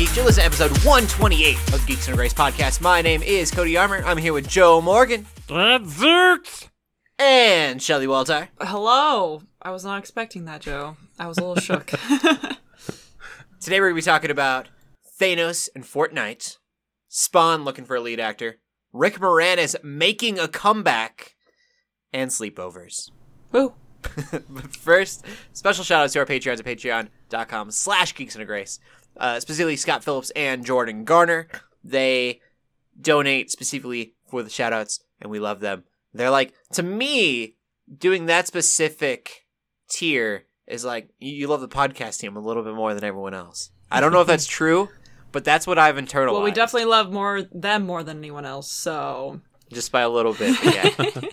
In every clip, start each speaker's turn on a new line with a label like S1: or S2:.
S1: episode 128 of Geeks and Grace podcast. My name is Cody Armour. I'm here with Joe Morgan
S2: That's
S1: and Shelly Walter.
S3: Hello. I was not expecting that, Joe. I was a little shook.
S1: Today we're going to be talking about Thanos and Fortnite, Spawn looking for a lead actor, Rick Moranis making a comeback, and sleepovers.
S3: Woo.
S1: but first, special shout outs to our Patreons at patreon.com slash geeks and grace. Uh, specifically Scott Phillips and Jordan Garner. They donate specifically for the shout outs and we love them. They're like, to me, doing that specific tier is like you, you love the podcast team a little bit more than everyone else. I don't know if that's true, but that's what I've internalized.
S3: Well, we definitely love more them more than anyone else, so
S1: just by a little bit. but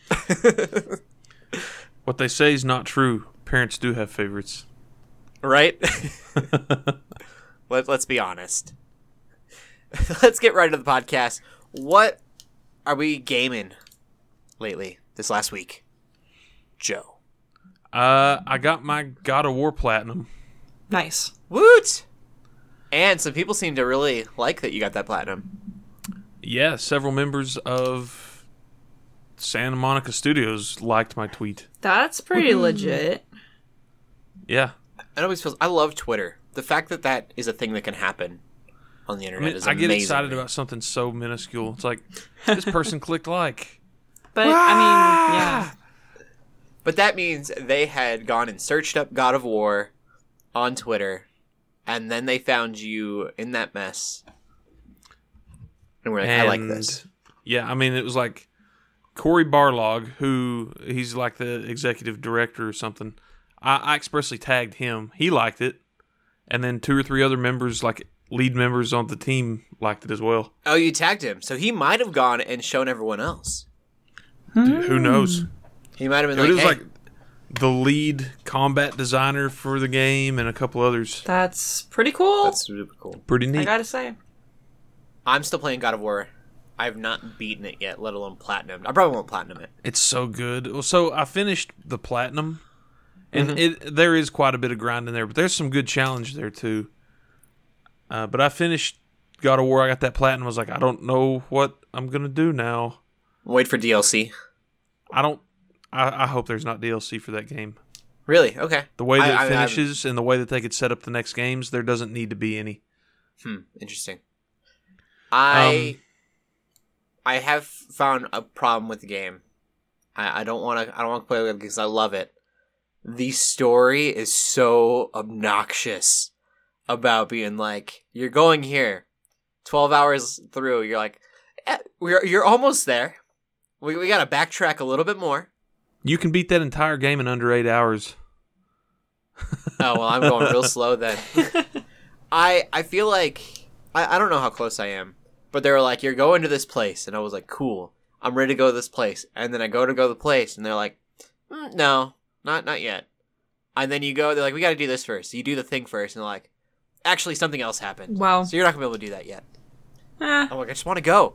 S1: Yeah.
S2: what they say is not true. Parents do have favorites.
S1: right? Let, let's be honest. let's get right into the podcast. What are we gaming lately this last week? Joe.
S2: Uh, I got my God of War platinum.
S3: nice.
S1: Woot! And some people seem to really like that you got that platinum.
S2: Yeah, several members of Santa Monica Studios liked my tweet.
S3: That's pretty legit.
S2: Yeah,
S1: It always feels I love Twitter. The fact that that is a thing that can happen on the internet
S2: I, mean,
S1: is
S2: I
S1: amazing.
S2: get excited about something so minuscule. It's like this person clicked like.
S3: But I mean, yeah.
S1: But that means they had gone and searched up God of War on Twitter, and then they found you in that mess. And we're like, I like
S2: And,
S1: this.
S2: Yeah, I mean, it was like Corey Barlog, who he's like the executive director or something. I, I expressly tagged him. He liked it, and then two or three other members, like lead members on the team, liked it as well.
S1: Oh, you tagged him, so he might have gone and shown everyone else.
S2: Dude, who knows?
S1: He might have been
S2: it
S1: like,
S2: was
S1: hey,
S2: like the lead combat designer for the game and a couple others.
S3: That's pretty cool.
S1: that's super cool.
S2: Pretty
S3: I
S2: neat.
S3: gotta say.
S1: I'm still playing God of War. I've not beaten it yet, let alone platinum. I probably won't platinum it.
S2: It's so good. Well, So I finished the platinum, and
S1: Mm-hmm.
S2: it there is quite a bit of grind in there, but there's some good challenge there too. Uh, but I finished God of War. I got that platinum. I was like, I don't know what I'm gonna do now.
S1: Wait for DLC.
S2: I don't. I, I hope there's not DLC for that game.
S1: Really? Okay.
S2: The way that
S1: I- I-
S2: it
S1: I-
S2: finishes and the way that they could set up the next games, there doesn't need to be any.
S1: Hmm, interesting. I I have found a problem with the game. I, I don't want to. I don't want to play with it because I love it. The story is so obnoxious about being like you're going here, twelve hours through. You're like, eh, we're you're almost there. We we gotta backtrack a little bit more.
S2: You can beat that entire game in under eight hours.
S1: Oh well, I'm going real slow then. I I feel like I, I don't know how close I am, but they were like, "You're going to this place," and I was like, "Cool, I'm ready to go to this place." And then I go to go to the place, and they're like, mm, "No, not not yet." And then you go, they're like, "We got to do this first. You do the thing first, and they're like, "Actually, something else happened."
S3: Wow.
S1: So you're not gonna be able to do that yet.
S3: Eh,
S1: I'm like, I just want to go.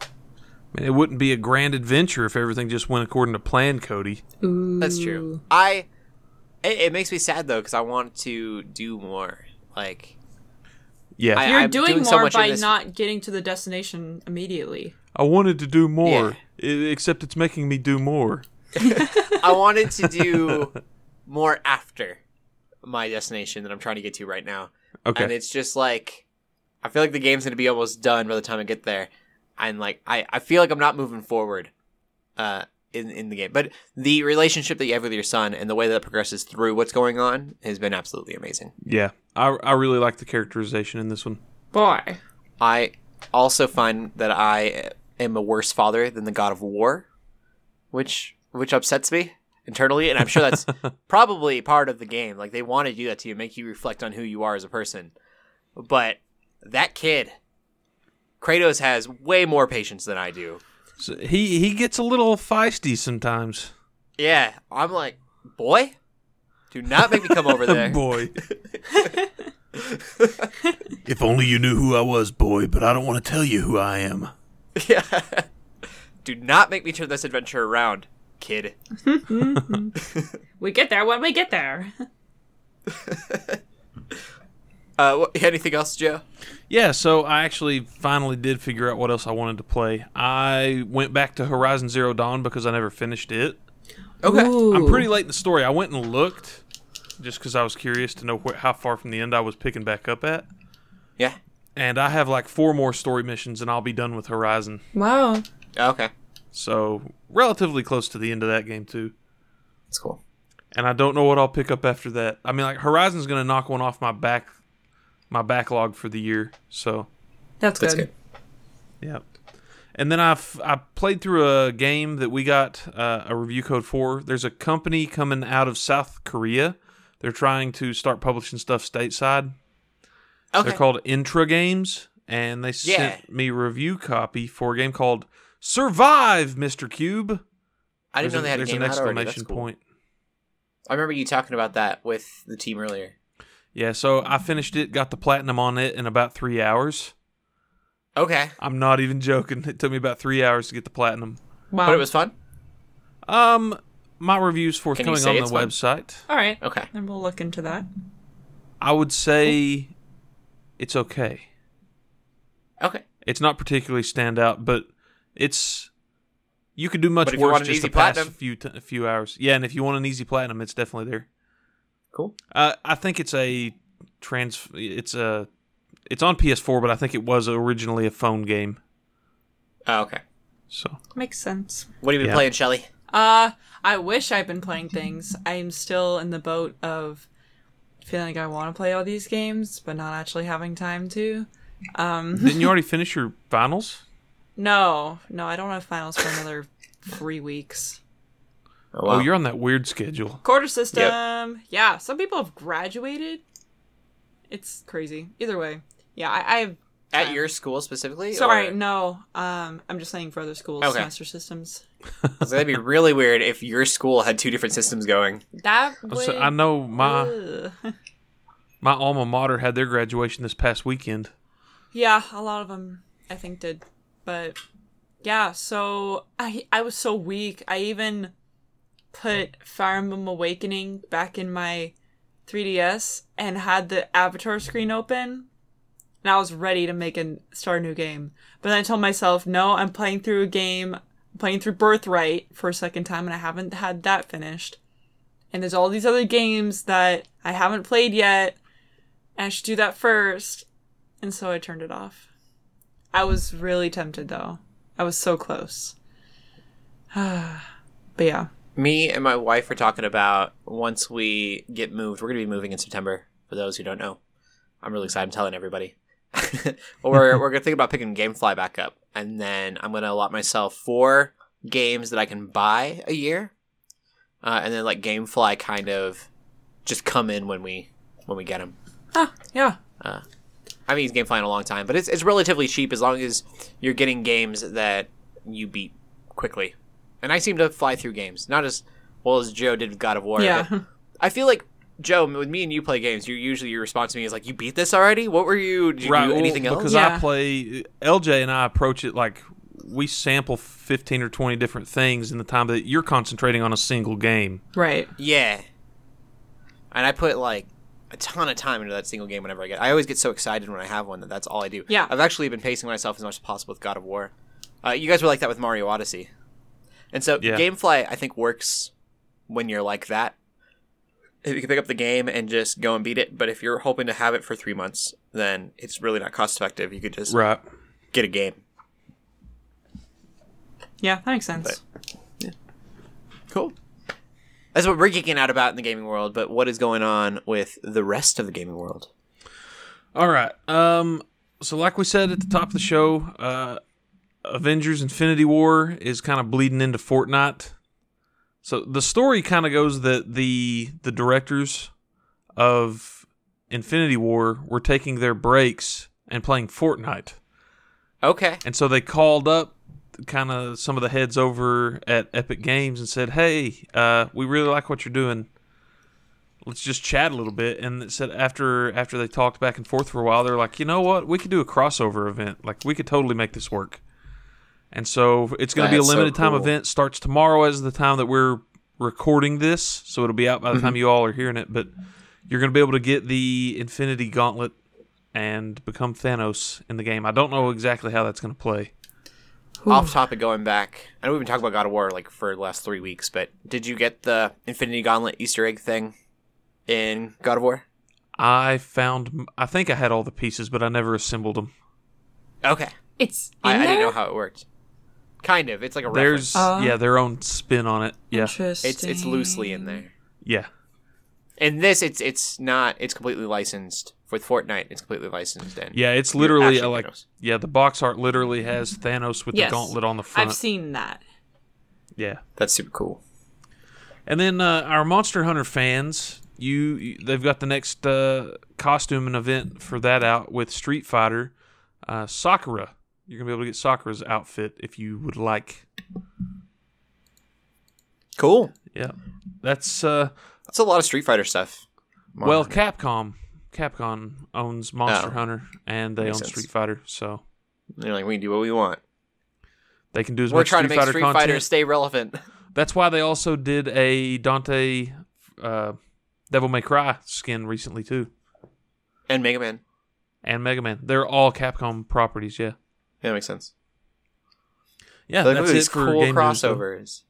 S2: I mean, it wouldn't be a grand adventure if everything just went according to plan, Cody.
S1: That's true. I it, it makes me sad though because I want to do more. Like
S2: Yeah,
S1: I-
S3: You're
S1: I'm
S3: doing,
S1: doing
S3: more
S1: so much in
S3: by
S1: this-
S3: not getting to the destination immediately.
S2: I wanted to do more, e- except it's making me do more.
S1: I wanted to do more after my destination that I'm trying to get to right now.
S2: Okay.
S1: And it's just like I feel like the game's gonna be almost done by the time I get there. And like I, I feel like I'm not moving forward uh in, in the game. But the relationship that you have with your son and the way that it progresses through what's going on has been absolutely amazing.
S2: yeah, I, I really like the characterization in this one.
S3: Boy.
S1: I also find that I am a worse father than the God of War, which which upsets me internally, and I'm sure that's probably part of the game. Like they want to do that to you, make you reflect on who you are as a person. But that kid, Kratos has way more patience than I do.
S2: So he he gets a little feisty sometimes.
S1: Yeah, I'm like, boy, do not make me come over there.
S2: Boy,
S4: If only you knew who I was, boy, but I don't want to tell you who I am.
S1: yeah, do not make me turn this adventure around, kid.
S3: We get there when we get there.
S1: Uh, what, anything else, Joe?
S2: Yeah, so I actually finally did figure out what else I wanted to play. I went back to Horizon Zero Dawn because I never finished it.
S1: Okay.
S2: I'm pretty late in the story. I went and looked just because I was curious to know wh- how far from the end I was picking back up at.
S1: Yeah.
S2: And I have like four more story missions and I'll be done with Horizon.
S3: Wow.
S1: Okay.
S2: So, relatively close to the end of that game, too.
S1: That's cool.
S2: And I don't know what I'll pick up after that. I mean, like, Horizon's going to knock one off my back. My backlog for the year, so
S3: That's,
S1: That's
S3: good.
S1: good.
S2: Yep. And then I f- I played through a game that we got uh, a review code for. There's a company coming out of South Korea. They're trying to start publishing stuff stateside.
S1: Okay.
S2: They're called Intra Games, and they
S1: Yeah.
S2: sent me a review copy for a game called Survive, Mr. Cube.
S1: I didn't
S2: There's
S1: know they had a
S2: there's
S1: game
S2: an
S1: out
S2: exclamation
S1: already. That's cool.
S2: point.
S1: I remember you talking about that with the team earlier.
S2: Yeah, so I finished it, got the platinum on it in about three hours.
S1: Okay.
S2: I'm not even joking. It took me about three hours to get the platinum.
S3: Wow.
S1: But it was fun.
S2: Um, my review's
S1: you
S2: forthcoming
S1: say
S2: on the
S1: it's fun?
S2: website.
S3: all right.
S1: Okay.
S3: Then we'll look into that.
S2: I would say it's okay.
S1: Okay.
S2: It's not particularly standout, but it's you could do much
S1: But if you
S2: worse
S1: want an
S2: just
S1: easy
S2: the past
S1: platinum-
S2: few t- few hours. Yeah, and if you want an easy platinum, it's definitely there.
S1: Cool.
S2: Uh, I think it's a trans. It's a it's on PS4, but I think it was originally a phone game.
S1: Oh, okay.
S2: So
S3: Makes sense.
S1: What have you been
S2: Yeah.
S1: playing, Shelly?
S3: Uh, I wish I'd been playing things. I'm still in the boat of feeling like I want to play all these games, but not actually having time to.
S2: didn't you already finish your finals?
S3: No, no, I don't have finals for another three weeks.
S1: Oh,
S2: Oh, you're on that weird schedule.
S3: Quarter system. Yeah, some people have graduated. It's crazy. Either way, yeah, I, I've.
S1: at your school specifically.
S3: Sorry,
S1: or-
S3: no. Um, I'm just saying for other schools,
S1: Okay.
S3: semester systems.
S1: 'Cause that'd be really weird if your school had two different systems going.
S3: That would.
S2: Oh, So I know my
S3: Ugh.
S2: my alma mater had their graduation this past weekend.
S3: Yeah, a lot of them I think did, but yeah. So I I was so weak. I even put Fire Emblem Awakening back in my 3DS and had the avatar screen open, and I was ready to make and start a new game. But then I told myself, no, I'm playing through a game, I'm playing through Birthright for a second time, and I haven't had that finished. And there's all these other games that I haven't played yet, and I should do that first and so I turned it off. I was really tempted though. I was so close. but yeah.
S1: Me and my wife were talking about once we get moved, we're going to be moving in September. For those who don't know, I'm really excited. I'm telling everybody. or we're going to think about picking GameFly back up, and then I'm going to allot myself four games that I can buy a year, uh, and then let GameFly kind of just come in when we when we get them.
S3: Ah, yeah.
S1: I haven't used GameFly in a long time, but it's it's relatively cheap as long as you're getting games that you beat quickly. And I seem to fly through games, not as well as Joe did with God of War.
S3: Yeah.
S1: but I feel like Joe, when me and you play games, you usually your response to me is like, "You beat this already? What were you? Did you do
S2: well,
S1: anything else?"
S2: Because I
S3: Yeah.
S2: play LJ and I approach it like we sample fifteen or twenty different things in the time that you're concentrating on a single game.
S3: Right.
S1: Yeah. And I put like a ton of time into that single game whenever I get. I always get so excited when I have one that that's all I do.
S3: Yeah.
S1: I've actually been pacing myself as much as possible with God of War. Uh, you guys were like that with Mario Odyssey, and so
S2: Yeah.
S1: GameFly I think works when you're like that. If you can pick up the game and just go and beat it, but if you're hoping to have it for three months, then it's really not cost effective. You could just
S2: Right.
S1: get a game.
S3: Yeah, that makes sense.
S1: Cool. That's what we're geeking out about in the gaming world. But what is going on with the rest of the gaming world?
S2: All right. Um. So, like we said at the top of the show, uh, Avengers: Infinity War is kind of bleeding into Fortnite. So the story kind of goes that the the directors of Infinity War were taking their breaks and playing Fortnite.
S1: Okay.
S2: And so they called up kind of some of the heads over at Epic Games and said, "Hey, uh, we really like what you're doing. Let's just chat a little bit." And it said after after they talked back and forth for a while, they're like, "You know what? We could do a crossover event. Like we could totally make this work." And so it's going to be a
S1: That's so
S2: limited time
S1: cool.
S2: event. Starts tomorrow as the time that we're recording this,
S1: Mm-hmm.
S2: so it'll be out by the time you all are hearing it. But you're going to be able to get the Infinity Gauntlet and become Thanos in the game. I don't know exactly how that's going to play.
S1: Off topic, going back. I know we've been talking about God of War like for the last three weeks, but did you get the Infinity Gauntlet Easter egg thing in God of War?
S2: I found, I think I had all the pieces, but I never assembled them.
S1: Okay,
S5: It's in
S1: I, I
S5: there?
S1: didn't know how it worked. Kind of. It's like a reference.
S2: There's,
S1: Uh-huh.
S3: Oh.
S2: yeah, their own spin on it. Yeah,
S3: Interesting.
S1: It's it's loosely in there.
S2: yeah.
S1: In this, it's it's not. It's completely licensed with Fortnite. It's completely licensed in.
S2: Yeah, it's literally
S1: actually
S2: uh, like
S1: Thanos.
S2: yeah, the box art literally has Thanos with
S3: Yes.
S2: the gauntlet on the front.
S3: I've seen that.
S2: yeah,
S1: that's super cool.
S2: and then uh, our Monster Hunter fans, you, you they've got the next uh, costume and event for that out with Street Fighter uh, Sakura. You're gonna be able to get Sakura's outfit if you would like.
S1: Cool.
S2: Yeah, that's uh,
S1: That's a lot of Street Fighter stuff. Marvel.
S2: well, Capcom. Capcom owns Monster
S1: Oh.
S2: Hunter and they
S1: Makes
S2: own
S1: sense.
S2: Street Fighter, so
S1: they're like we can do what we want.
S2: they can do as
S1: We're
S2: much
S1: trying to
S2: Street
S1: make
S2: Fighter
S1: Street
S2: content.
S1: Fighter stay relevant.
S2: That's why they also did a Dante uh, Devil May Cry skin recently too,
S1: And Mega Man.
S2: and Mega Man. They're all Capcom properties. Yeah,
S1: Yeah, that makes sense.
S2: yeah.
S1: Look at
S2: that's it
S1: these
S2: for
S1: cool
S2: game news, though.
S1: crossovers.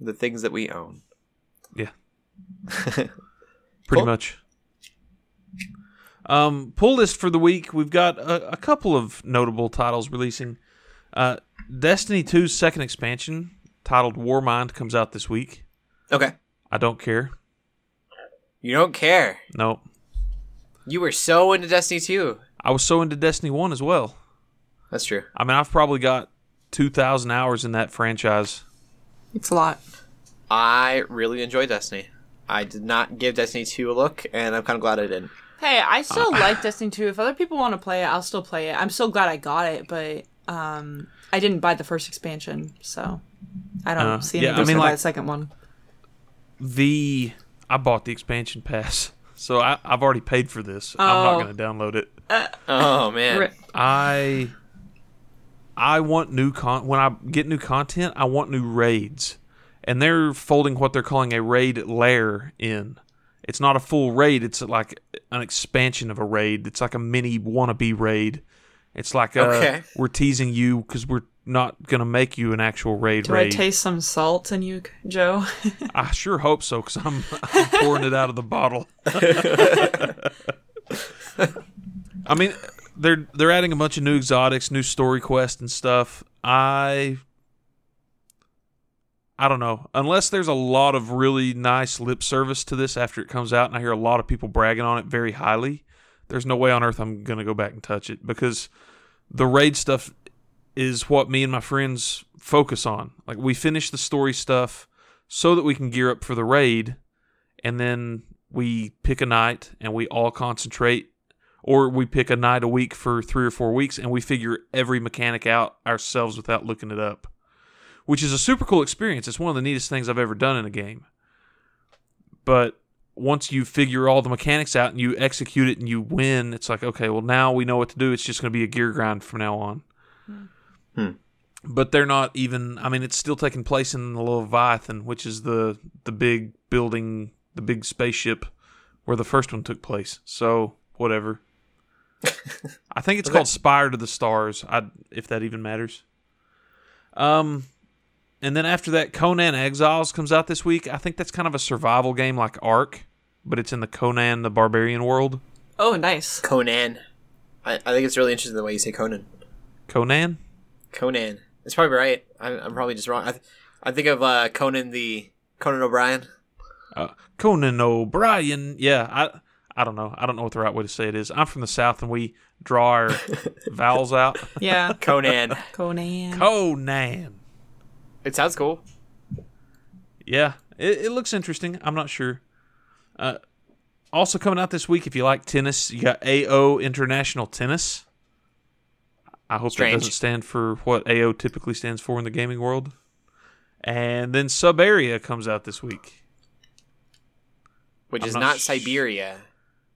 S1: the things that we own.
S2: Yeah, pretty
S1: Cool.
S2: much. Um, pull list for the week. We've got a, a couple of notable titles releasing. Uh, Destiny 2's second expansion, titled Warmind, comes out this week.
S1: Okay.
S2: I don't care.
S1: You don't care.
S2: No,
S1: You were so into Destiny 2.
S2: I was so into Destiny 1 as well.
S1: That's true.
S2: I mean, I've probably got 2,000 hours in that franchise.
S5: It's a lot.
S1: I really enjoy Destiny. I did not give Destiny 2 a look, and I'm kind of glad I didn't.
S3: Hey, I still
S1: Uh,
S3: like Destiny 2. If other people want to play it, I'll still play it. I'm so glad I got it, but um, I didn't buy the first expansion, so I don't
S2: Uh,
S3: see
S2: yeah,
S3: any
S2: I
S3: reason
S2: mean,
S3: to buy
S2: like-
S3: the second one.
S2: The I bought the expansion pass, so I, I've already paid for this. I'm
S3: Oh.
S2: not going to download it.
S1: Oh, man.
S3: Rip.
S2: I I want new con. When I get new content, I want new raids, and they're folding what they're calling a raid lair in. It's not a full raid. It's like an expansion of a raid. It's like a mini wannabe raid. It's like uh,
S1: Okay.
S2: we're teasing you because we're not gonna make you an actual raid.
S3: Do
S2: raid.
S3: I taste some salt in you, Joe?
S2: I sure hope so, because I'm, I'm pouring it out of the bottle. I mean, they're they're adding a bunch of new exotics, new story quests, and stuff. I I don't know. Unless there's a lot of really nice lip service to this after it comes out, and I hear a lot of people bragging on it very highly, there's no way on earth I'm gonna go back and touch it because the raid stuff is what me and my friends focus on. Like we finish the story stuff so that we can gear up for the raid and then we pick a night and we all concentrate or we pick a night a week for 3 or 4 weeks and we figure every mechanic out ourselves without looking it up which is a super cool experience it's one of the neatest things I've ever done in a game but once you figure all the mechanics out and you execute it and you win it's like okay well now we know what to do it's just going to be a gear grind from now on but they're not even i mean it's still taking place in the leviathan which is the the big building the big spaceship where the first one took place so whatever i think it's called spire to the stars I, if that even matters um and then after that conan exiles comes out this week i think that's kind of a survival game like ark but it's in the conan the barbarian world
S3: oh, nice.
S1: Conan. I, I think it's really interesting the way you say Conan.
S2: conan
S1: Conan. It's probably right. I, I'm probably just wrong. I, th- I think of uh, Conan the Conan O'Brien.
S2: Uh, Conan O'Brien. Yeah, I I don't know. I don't know what the right way to say it is. I'm from the South, and we draw our vowels out.
S3: Yeah.
S1: Conan.
S3: Conan.
S2: Conan.
S1: it sounds cool.
S2: Yeah, it, it looks interesting. I'm not sure. Uh, also coming out this week, if you like tennis, you got AO International Tennis. I hope
S1: Strange.
S2: that doesn't stand for what AO typically stands for in the gaming world. And then Sub Area comes out this week.
S1: Which
S2: I'm
S1: is
S2: not
S1: not,
S2: sh-
S1: Siberia.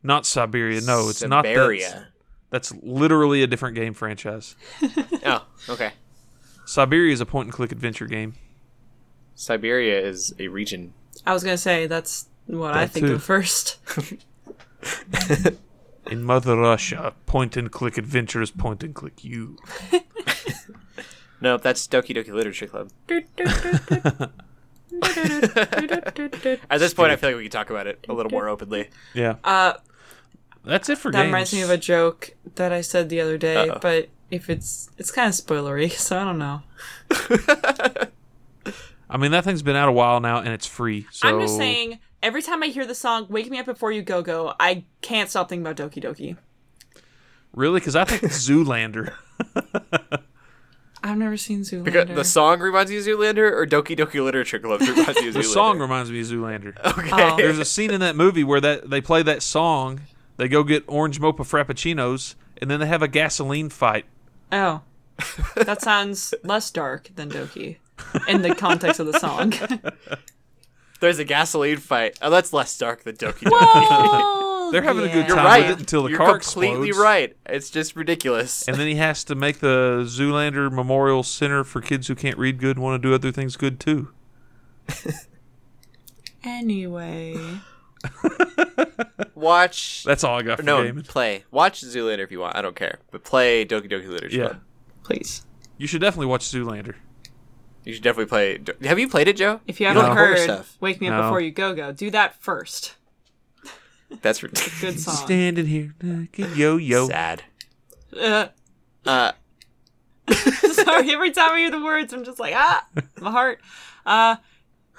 S2: Not Siberia. No, it's not.
S1: Siberia.
S2: That's, that's literally a different game franchise.
S1: Oh, okay.
S2: Siberia is a point and click adventure game.
S1: Siberia is a region.
S3: I was going to say that's what I
S2: That
S3: think
S2: too.
S3: of first.
S2: In Mother Russia, point and click adventure is point and click you.
S1: No, that's Doki Doki Literature Club. At this point, I feel like we can talk about it a little more openly.
S2: Yeah.
S3: Uh,
S2: That's it for
S3: that
S2: games.
S3: reminds me of a joke that I said the other day,
S1: Uh-oh.
S3: but if it's it's kind of spoilery, so I don't know.
S2: I mean, that thing's been out a while now, and it's free. So
S3: I'm just saying. Every time I hear the song "Wake Me Up Before You Go Go," I can't stop thinking about Doki Doki.
S2: Really, because I think it's Zoolander.
S3: I've never seen Zoolander.
S1: Because the song reminds you of Zoolander, or Doki Doki Literature Club reminds you of Zoolander.
S2: The song reminds me of Zoolander.
S3: Oh.
S2: There's a scene in that movie where that they play that song. They go get orange mocha frappuccinos, and then they have a gasoline fight.
S3: Oh. That sounds less dark than Doki in the context of the song.
S1: There's a gasoline fight. Oh, that's less dark than Doki Doki.
S3: Oh,
S2: They're having a good
S1: You're
S2: time
S1: right.
S2: with it until the
S1: You're
S2: car
S1: completely
S2: explodes.
S1: right. It's just ridiculous.
S2: And then he has to make the Zoolander Memorial Center for kids who can't read good and want to do other things good too.
S3: Anyway.
S1: Watch.
S2: That's all I got for
S1: no,
S2: gaming.
S1: play. Watch Zoolander if you want. I don't care. But play Doki Doki Literature
S2: Yeah,
S1: Club.
S3: Please.
S2: you should definitely watch Zoolander.
S1: You should definitely play. Do- Have you played it, Joe?
S3: If you haven't
S2: No.
S1: Horror
S3: heard
S1: stuff.
S3: Wake Me Up
S2: No.
S3: Before You Go Go, do that first.
S1: That's ridiculous.
S3: Good song.
S2: Standing here, like a yo-yo.
S1: Sad.
S3: Uh,
S1: Uh,
S3: sorry, every time I hear the words, I'm just like, ah, my heart. Uh,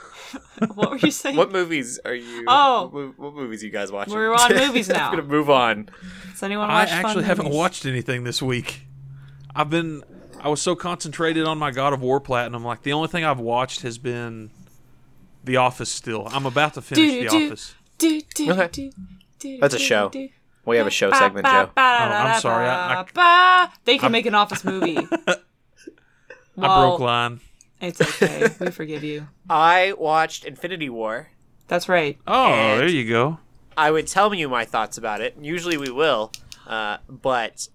S3: what were you saying?
S1: what movies are you?
S3: Oh.
S1: what, mov- what movies you guys watching?
S3: We're on movies now.
S1: I'm gonna move on.
S3: Does anyone
S2: I
S3: watch fun
S2: actually haven't
S3: movies?
S2: watched anything this week. I've been I was so concentrated on my God of War platinum, like the only thing I've watched has been The Office still. I'm about to finish
S3: Do,
S2: The
S3: do.
S2: Office.
S3: Do, do,
S1: Okay.
S3: do, do,
S1: That's a
S3: do,
S1: show.
S3: do.
S1: We have a show segment, Joe.
S2: Oh, I'm sorry, I- I-
S3: Ba-ba-da-da-ba-ba. They can make an office movie.
S2: I
S3: Well,
S2: broke line.
S3: It's okay. We forgive you.
S1: I watched Infinity War.
S3: That's right.
S2: Oh,
S1: and-
S2: there you go.
S1: I would tell you my thoughts about it. Usually we will, uh, but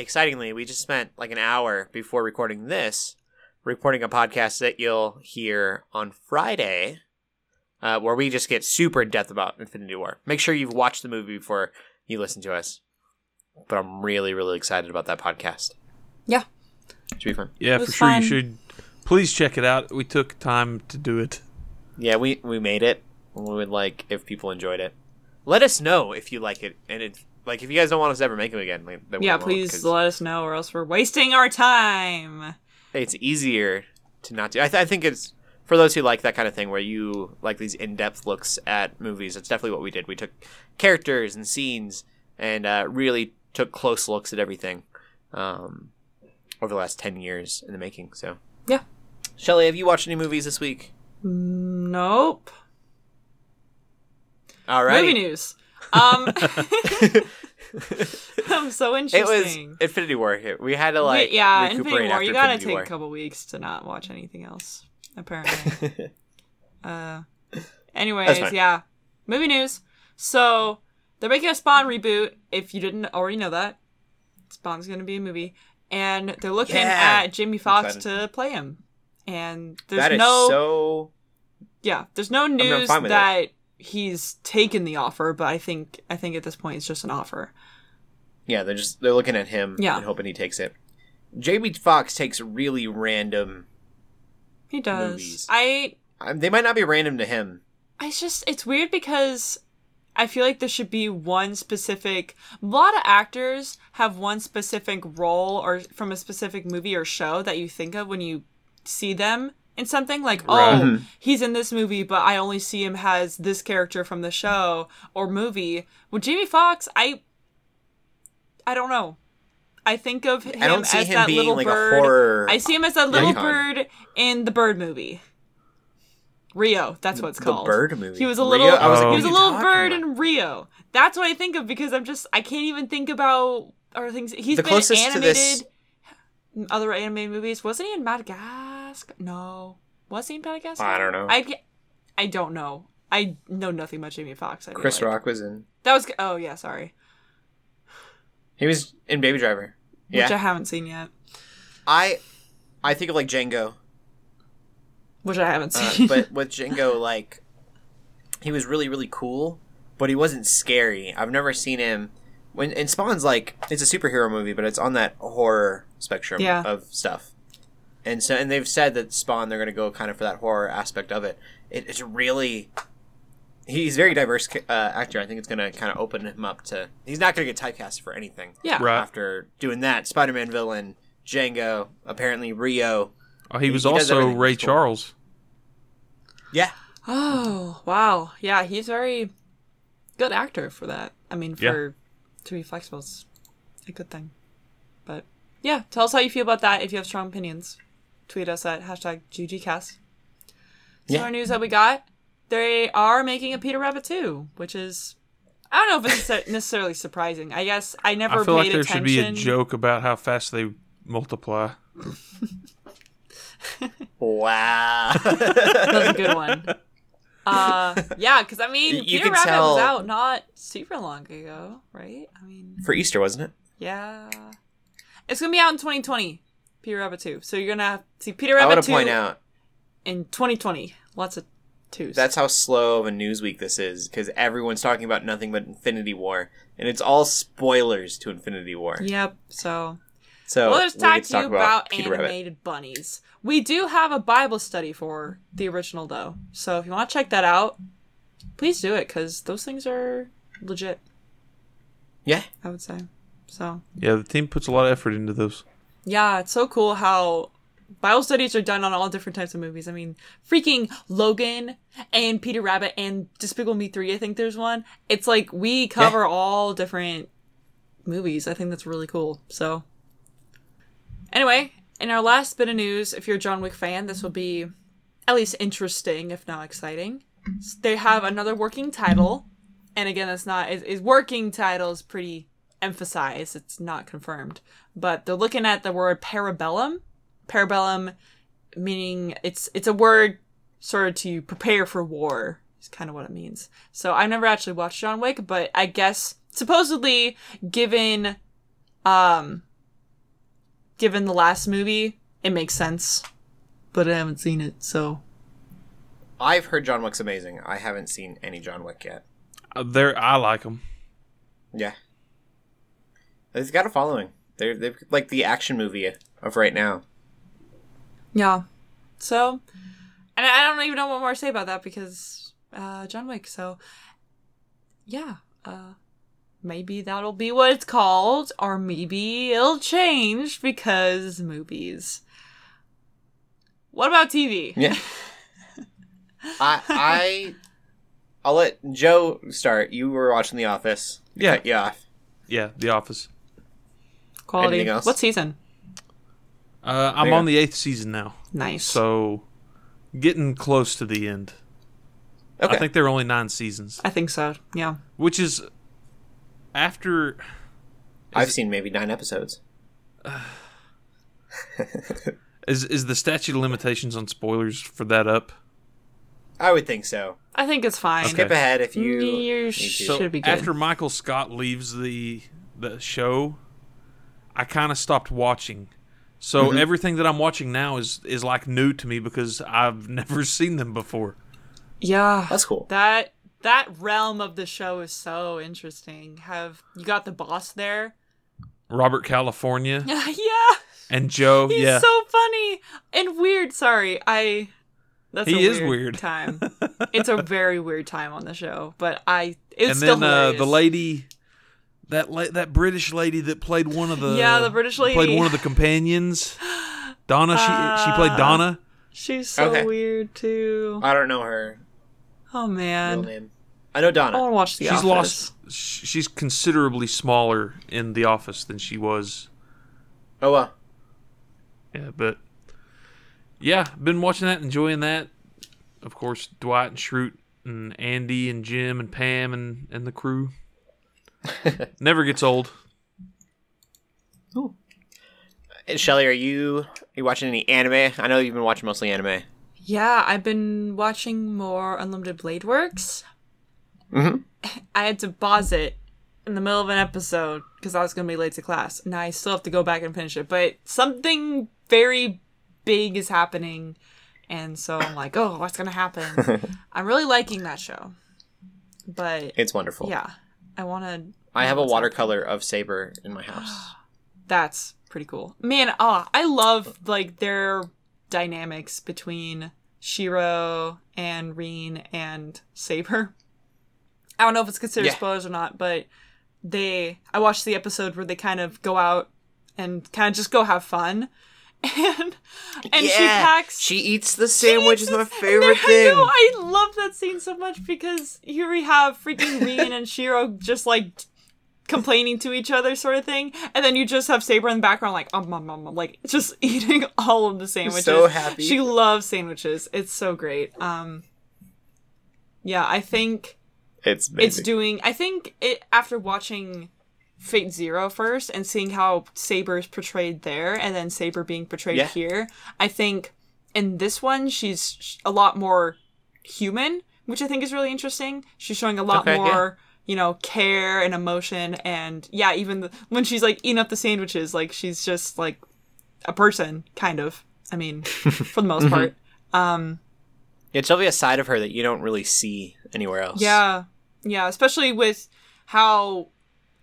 S1: excitingly, we just spent like an hour before recording this, recording a podcast that you'll hear on Friday, uh, where we just get super in depth about Infinity War. Make sure you've watched the movie before you listen to us. But I'm really, really excited about that podcast.
S5: Yeah.
S1: Should be fun.
S2: Yeah,
S3: was
S2: for sure
S3: fun.
S2: you should please check it out. We took time to do it.
S1: Yeah, we we made it. We would like if people enjoyed it. Let us know if you like it, and if like if you guys don't want us to ever make them again. Like, then we
S3: Yeah,
S1: won't,
S3: please
S1: 'cause
S3: let us know, or else we're wasting our time.
S1: It's easier to not do. I, th- I think it's for those who like that kind of thing, where you like these in-depth looks at movies. It's definitely what we did. We took characters and scenes, and uh, really took close looks at everything um, over the last ten years in the making. So
S5: Yeah.
S1: Shelley, have you watched any movies this week?
S3: Nope.
S1: All right.
S3: Movie news. Um, I'm so
S1: It was
S3: interesting.
S1: Infinity War. here. We had to
S3: We-
S1: like
S3: yeah,
S1: recuperate
S3: Infinity War.
S1: After
S3: You gotta
S1: Infinity
S3: take
S1: War.
S3: a couple weeks to not watch anything else, apparently. uh,
S1: That's
S3: anyways,
S1: fine.
S3: yeah. Movie news. So they're making a Spawn reboot. If you didn't already know that, Spawn's gonna be a movie, and they're looking
S1: Yeah.
S3: at Jimmy Fox
S1: excited.
S3: to play him. And there's
S1: That is
S3: no
S1: so.
S3: yeah, there's no
S1: I'm
S3: news
S1: fine
S3: that,
S1: with
S3: he's taken the offer, but I think I think at this point it's just an offer.
S1: Yeah, they're just they're looking at him
S3: Yeah.
S1: and hoping he takes it. Jamie Fox takes really random.
S3: He does.
S1: Movies.
S3: I
S1: Um, they might not be random to him.
S3: it's just it's weird because I feel like there should be one specific a lot of actors have one specific role or from a specific movie or show that you think of when you see them in something like oh
S1: Mm-hmm.
S3: he's in this movie but I only see him as this character from the show or movie with Jamie Fox I I don't know I think of him
S1: I don't see
S3: as
S1: him
S3: that
S1: being
S3: little
S1: like
S3: bird
S1: a horror.
S3: I see him as that little
S1: icon.
S3: bird in the bird movie Rio that's what it's
S1: the
S3: called
S1: bird movie.
S3: he was a
S1: Rio?
S3: little.
S1: I was like,
S2: Oh.
S3: He was a
S1: "What are you
S3: little
S1: talking
S3: bird
S1: about?"
S3: in Rio. That's what I think of because I'm just. I can't even think about other things. He's
S1: The
S3: been
S1: closest to
S3: animated.
S1: this-
S3: in Other anime movies. Wasn't he in Madagascar? No. Was he in Madagascar?
S1: I don't know.
S3: I. ca- I don't know. I know nothing about Jamie Foxx. I feel
S1: Chris
S3: like.
S1: Rock was in.
S3: That was. Oh yeah, sorry.
S1: He was in Baby Driver. Yeah,
S3: Which I haven't seen yet.
S1: I, I think of like Django.
S3: Which I haven't
S1: Uh,
S3: seen.
S1: but with Django, like he was really really cool, but he wasn't scary. I've never seen him When and Spawn's like it's a superhero movie, but it's on that horror spectrum
S5: Yeah.
S1: of stuff. And so and they've said that Spawn they're going to go kind of for that horror aspect of it. it it's really he's a very diverse ca- uh, actor. I think it's going to kind of open him up to he's not going to get typecast for anything.
S3: Yeah.
S2: Right.
S1: After doing that, Spider-Man villain, Django, apparently Rio.
S2: Oh, he
S1: He-
S2: was
S1: he does
S2: also
S1: everything.
S2: Ray
S1: It's cool.
S2: Charles.
S1: Yeah.
S3: Oh wow, yeah, he's very good actor for that. I mean,
S2: Yeah.
S3: for to be flexible, it's a good thing. But yeah, tell us how you feel about that. If you have strong opinions, tweet us at hashtag GGCast.
S1: Yeah.
S3: Some more news that we got: they are making a Peter Rabbit two, which is I don't know if it's necessar- necessarily surprising. I guess I never
S2: I feel like
S3: paid
S2: there
S3: attention.
S2: should be a joke about how fast they multiply.
S1: Wow.
S3: That was a good one. Uh, yeah, because I mean,
S1: You- you
S3: Peter
S1: can
S3: Rabbit
S1: tell-
S3: was out not super long ago, right? I mean.
S1: for Easter, wasn't it?
S3: Yeah. It's gonna be out in 2020. Peter Rabbit 2. So you're gonna have see Peter
S1: I
S3: Rabbit
S1: want to
S3: 2
S1: point out
S3: in 2020. Lots of twos.
S1: That's how slow of a news week this is because everyone's talking about nothing but Infinity War, and it's all spoilers to Infinity War.
S3: Yep. So
S1: So
S3: well, let's
S1: Oh, we
S3: talk
S1: get
S3: to you about, animated bunnies. We do have a Bible study for the original though. So if you want to check that out, please do it because those things are legit.
S1: Yeah,
S3: I would say. So
S2: Yeah, the team puts a lot of effort into those.
S3: Yeah, it's so cool how Bible studies are done on all different types of movies. I mean, freaking Logan and Peter Rabbit and Despicable Me 3, I think there's one. It's like we cover all different movies. I think that's really cool. So, anyway, in our last bit of news, if you're a John Wick fan, this will be at least interesting, if not exciting. S- They have another working title. And again, that's not, is, is working title is pretty emphasized. It's not confirmed. But they're looking at the word parabellum. Parabellum meaning it's, it's a word sort of to prepare for war is kind of what it means. So I've never actually watched John Wick, but I guess supposedly given, um, given the last movie, it makes sense. But I haven't seen it, so
S1: I've heard John Wick's amazing. I haven't seen any John Wick yet.
S2: Uh, They're, I like them.
S1: Yeah, they've got a following. They're they've like the action movie of right now.
S3: Yeah. So, and I don't even know what more to say about that because uh, John Wick. So, yeah. Uh, maybe that'll be what it's called, or maybe it'll change because movies. What about TV?
S1: Yeah, I I I'll let Joe start. You were watching The Office.
S2: Yeah.
S1: yeah.
S2: Yeah, The Office.
S3: Quality.
S1: Anything else?
S3: What season?
S2: Uh, I'm
S1: Yeah.
S2: on the eighth season now,
S3: Nice.
S2: so getting close to the end.
S1: Okay.
S2: I think there are only nine seasons,
S3: I think so. Yeah.
S2: which is after.
S1: I've seen maybe nine episodes.
S2: Is is the statute of limitations on spoilers for that up?
S1: I would think so.
S3: I think it's fine.
S2: Okay.
S1: Skip ahead if you.
S3: You
S1: need
S3: sh-
S1: to.
S2: So
S3: Should be good.
S2: after Michael Scott leaves the the show, I kind of stopped watching. So
S3: Mm-hmm.
S2: everything that I'm watching now is is like new to me because I've never seen them before.
S3: Yeah.
S1: That's cool.
S3: That that realm of the show is so interesting. Have you got the boss there?
S2: Robert California
S3: yeah.
S2: and Joe,
S3: He's
S2: yeah,
S3: so funny and weird. Sorry, I. That's
S2: He
S3: a
S2: is weird.
S3: time. it's a very weird time on the show, but I. It's
S2: and
S3: still
S2: then uh, the
S3: hilarious.
S2: lady that la- that British lady that played one of the
S3: Yeah, the British lady.
S2: played one of the companions. Donna, she she played
S3: Uh,
S2: Donna.
S3: She's so
S1: Okay.
S3: weird too.
S1: I don't know her
S3: Oh
S1: real
S3: man,
S1: name. I know
S3: I want
S1: Donna.
S3: to watch the.
S2: She's
S3: Office.
S2: lost. sh- She's considerably smaller in The Office than she was
S1: Oh well.
S2: Yeah, but yeah, been watching that, enjoying that. Of course, Dwight and Schrute and Andy and Jim and Pam and and the crew never gets old.
S1: Shelly, are you are you watching any anime? I know you've been watching mostly anime.
S3: Yeah, I've been watching more Unlimited Blade Works.
S1: Mhm.
S3: I had to pause it in the middle of an episode because I was going to be late to class. and I still have to go back and finish it, but something very big is happening. And so I'm like, oh, what's going to happen? I'm really liking that show. But
S1: It's wonderful.
S3: yeah, I want to.
S1: I have a watercolor of Saber in my house.
S3: That's pretty cool. Man, ah, I love like their dynamics between Shiro and Reen and Saber. I don't know if it's considered
S1: Yeah.
S3: spoilers or not, but they I watched the episode where they kind of go out and kind of just go have fun. And and she packs
S1: She eats the sandwich. is my
S3: Jesus.
S1: favorite
S3: Man, I
S1: thing.
S3: know, I love that scene so much because here we have freaking Reen and Shiro just like complaining to each other, sort of thing, and then you just have Saber in the background, like um, um, um, um, like just eating all of the sandwiches.
S1: So happy.
S3: She loves sandwiches. It's so great. Um, yeah, I think
S1: It's
S3: it's doing. I think it after watching. Fate Zero first and seeing how Saber is portrayed there and then Saber being portrayed
S1: Yeah.
S3: here. I think in this one she's sh- a lot more human, which I think is really interesting. She's showing a lot
S1: Okay,
S3: more, you know, care and emotion and yeah, even the, when she's like eating up the sandwiches, like she's just like a person kind of. I mean, for the
S1: Mm-hmm.
S3: most part.
S1: it's definitely a side of her that you don't really see anywhere else.
S3: Yeah. Yeah, especially with how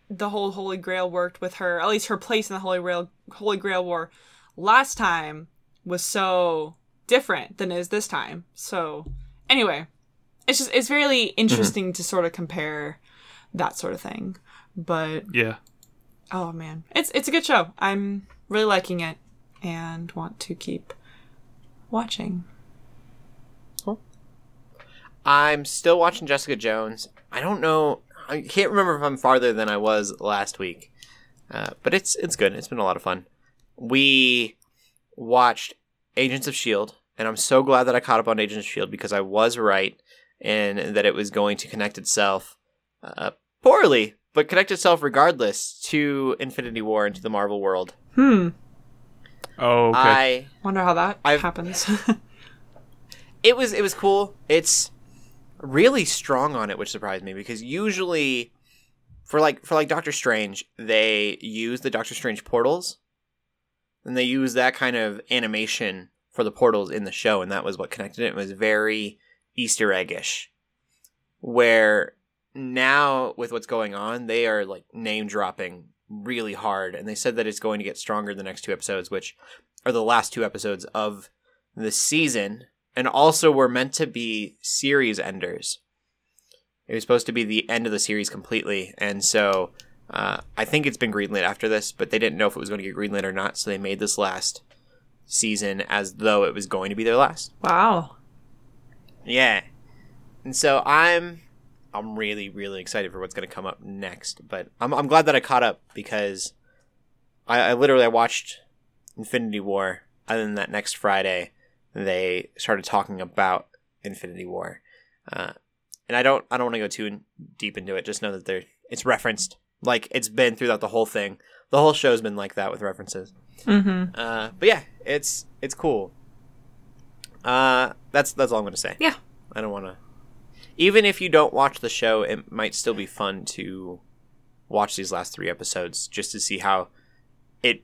S3: the whole Holy Grail worked with her, at least her place in the Holy Grail Holy Grail War last time was so different than it is this time. So anyway, it's just it's really
S1: Mm-hmm.
S3: interesting to sort of compare that sort of thing. But
S2: Yeah.
S3: oh man. It's it's a good show. I'm really liking it and want to keep watching.
S1: I'm still watching Jessica Jones. I don't know. I can't remember if I'm farther than I was last week, uh, but it's it's good. It's been a lot of fun. We watched Agents of Shield, E and I'm so glad that I caught up on Agents of Shield because I was right in that it was going to connect itself uh, poorly, but connect itself regardless to Infinity War and to the Marvel world.
S3: Hmm.
S2: Oh, okay.
S1: I
S3: Wonder how that
S1: I've-
S3: happens.
S1: it was it was cool. It's really strong on it, which surprised me because usually for like for like Doctor Strange, they use the Doctor Strange portals, and they use that kind of animation for the portals in the show, and that was what connected it. It was very Easter eggish, where now with what's going on, they are like name dropping really hard, and they said that it's going to get stronger the next two episodes, which are the last two episodes of the season and also were meant to be series enders. It was supposed to be the end of the series completely, and so uh, I think it's been greenlit after this, but they didn't know if it was going to get greenlit or not, so they made this last season as though it was going to be their last.
S3: wow.
S1: Yeah, and so I'm I'm really really excited for what's going to come up next, but I'm I'm glad that I caught up because I, I literally I watched Infinity War, and then that next Friday they started talking about Infinity War, uh, and I don't I don't want to go too in, deep into it. Just know that they're it's referenced like it's been throughout the whole thing. The whole show's been like that with references. Mm-hmm. Uh, but yeah, it's it's cool. Uh, that's that's all I'm gonna say.
S3: Yeah.
S1: I don't want to. Even if you don't watch the show, it might still be fun to watch these last three episodes just to see how it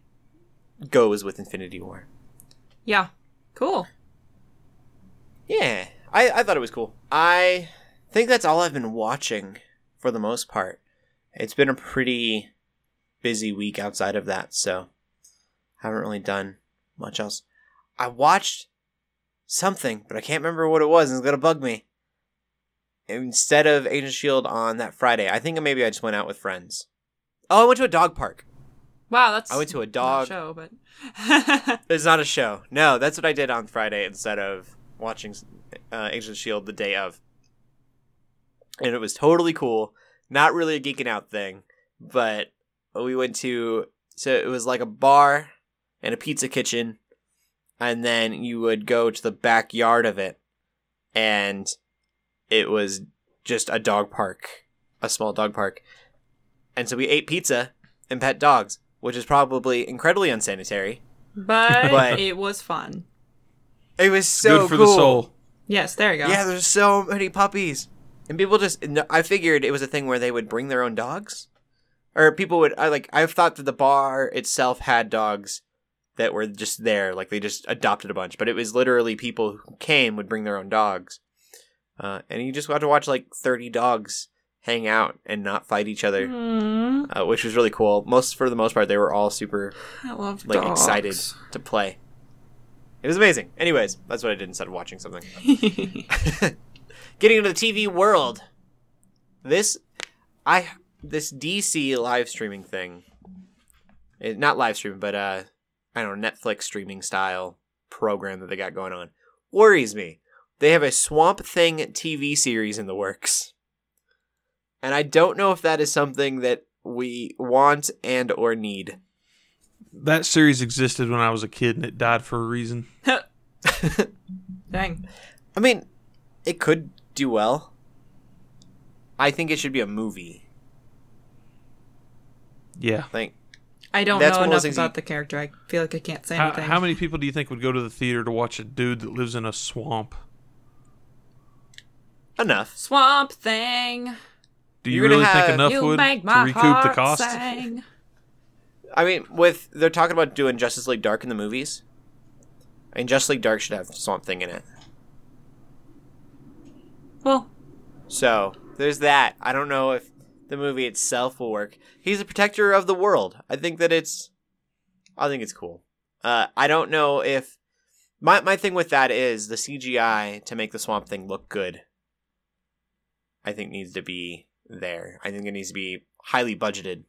S1: goes with Infinity War.
S3: Yeah. Cool.
S1: Yeah, I, I thought it was cool. I think that's all I've been watching for the most part. It's been a pretty busy week outside of that, so haven't really done much else. I watched something, but I can't remember what it was, and it's gonna bug me. Instead of Agent Shield E on that Friday, I think maybe I just went out with friends. Oh, I went to a dog park.
S3: Wow, that's
S1: I went to a
S3: not
S1: dog
S3: show, but
S1: It's not a show. No, that's what I did on Friday instead of watching uh, Agent of Shield the day of, and it was totally cool. Not really a geeking out thing, but we went to so it was like a bar and a pizza kitchen, and then you would go to the backyard of it, and it was just a dog park, a small dog park, and so we ate pizza and pet dogs, which is probably incredibly unsanitary.
S3: but,
S1: But-
S3: it was fun.
S1: It was so
S2: Good for the
S1: cool.
S2: soul.
S3: Yes, there you go.
S1: Yeah, there's so many puppies, and people just. no, I figured it was a thing where they would bring their own dogs, or people would. I like. I thought that the bar itself had dogs that were just there, like they just adopted a bunch. But it was literally people who came would bring their own dogs, uh, and you just got to watch like 30 dogs hang out and not fight each other,
S2: Mm-hmm.
S3: Mm,
S1: uh, which was really cool. Most for the most part, they were all super
S3: I love
S1: like
S3: dogs.
S1: excited to play. It was amazing. Anyways, that's what I did instead of watching something. Getting into the TV world. This I this DC live streaming thing. eh, not live streaming, but uh I don't know, Netflix streaming style program that they got going on worries me. They have a Swamp Thing TV series in the works. And I don't know if that is something that we want and or need.
S2: That series existed when I was a kid and it died for a reason.
S3: Dang.
S1: I mean, it could do well. I think it should be a movie.
S2: Yeah.
S1: Like,
S3: I don't
S1: That's
S3: know
S1: one of those
S3: enough
S1: things
S3: about
S1: you-
S3: the character. I feel like I can't say
S2: How,
S3: anything.
S2: how many people do you think would go to the theater to watch a dude that lives in a swamp?
S1: enough.
S3: Swamp Thing.
S2: Do you
S1: You're gonna
S2: really think
S1: have-
S2: enough
S3: you
S2: would
S3: make
S2: to
S3: my
S2: recoup
S3: heart
S2: the cost?
S3: sing.
S1: I mean, with they're talking about doing Justice League Dark in the movies, and Justice League Dark should have Swamp Thing in it.
S3: Well,
S1: So there's that. I don't know if the movie itself will work. He's a protector of the world. I think that it's, I think it's cool. Uh, I don't know if my my thing with that is the CGI to make the Swamp Thing look good. I think needs to be there. I think it needs to be highly budgeted.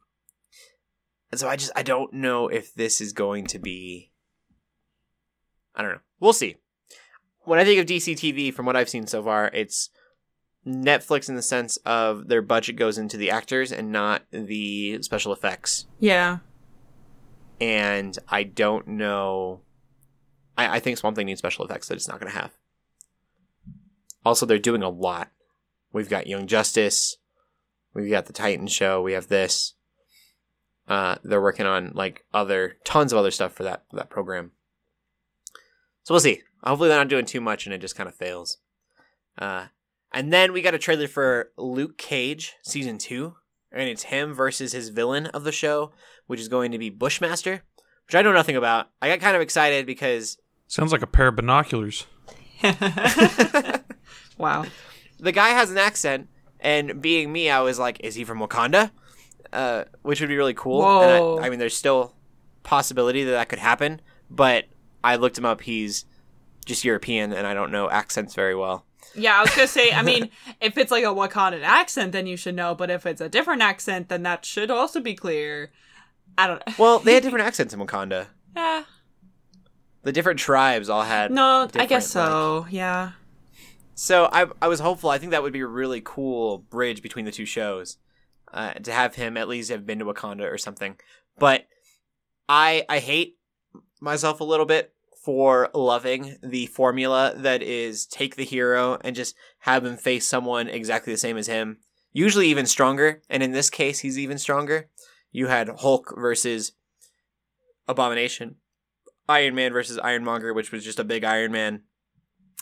S1: And so I just I don't know if this is going to be. I don't know. We'll see. When I think of DC TV, from what I've seen so far, it's Netflix in the sense of their budget goes into the actors and not the special effects.
S3: yeah.
S1: And I don't know. I, I think Swamp Thing needs special effects that it's not going to have. Also, they're doing a lot. We've got Young Justice. We've got the Titan show. We have this. Uh, they're working on like other tons of other stuff for that that program. So we'll see. Hopefully, they're not doing too much and it just kind of fails. Uh, and then we got a trailer for Luke Cage season two, and it's him versus his villain of the show, which is going to be Bushmaster, which I know nothing about. I got kind of excited because
S2: Sounds like a pair of binoculars.
S3: wow.
S1: the guy has an accent, and being me, I was like, "Is he from Wakanda?" Uh, which would be really cool.
S3: Whoa.
S1: And I, I mean, there's still possibility that that could happen, but I looked him up. He's just European, and I don't know accents very well.
S3: Yeah, I was gonna say. I mean, if it's like a Wakandan accent, then you should know. But if it's a different accent, then that should also be clear. I don't.
S1: Well, they had different accents in Wakanda.
S3: yeah.
S1: The different tribes all had
S3: No, I
S1: different,
S3: guess
S1: like-
S3: so. yeah.
S1: So I I was hopeful. I think that would be a really cool bridge between the two shows, uh, to have him at least have been to Wakanda or something. But I I hate myself a little bit for loving the formula that is take the hero and just have him face someone exactly the same as him, usually even stronger. And in this case, he's even stronger. You had Hulk versus Abomination, Iron Man versus Ironmonger, which was just a big Iron Man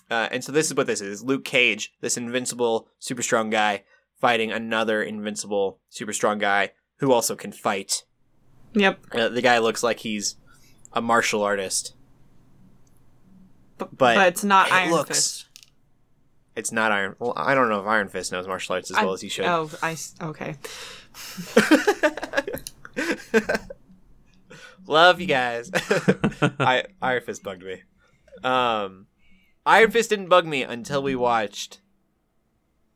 S1: uh, and so this is what this is: Luke Cage, this invincible, super strong guy, fighting another invincible, super strong guy who also can fight.
S3: Yep.
S1: Uh, the guy looks like he's a martial artist.
S3: B- but,
S1: But
S3: it's not
S1: it
S3: Iron
S1: looks
S3: Fist.
S1: It's not Iron. Well, I don't know if Iron Fist knows martial arts as well
S3: I-
S1: as he should.
S3: Oh, I s- okay.
S1: Love you guys. I, Iron Fist bugged me. Um, Iron Fist didn't bug me until we watched.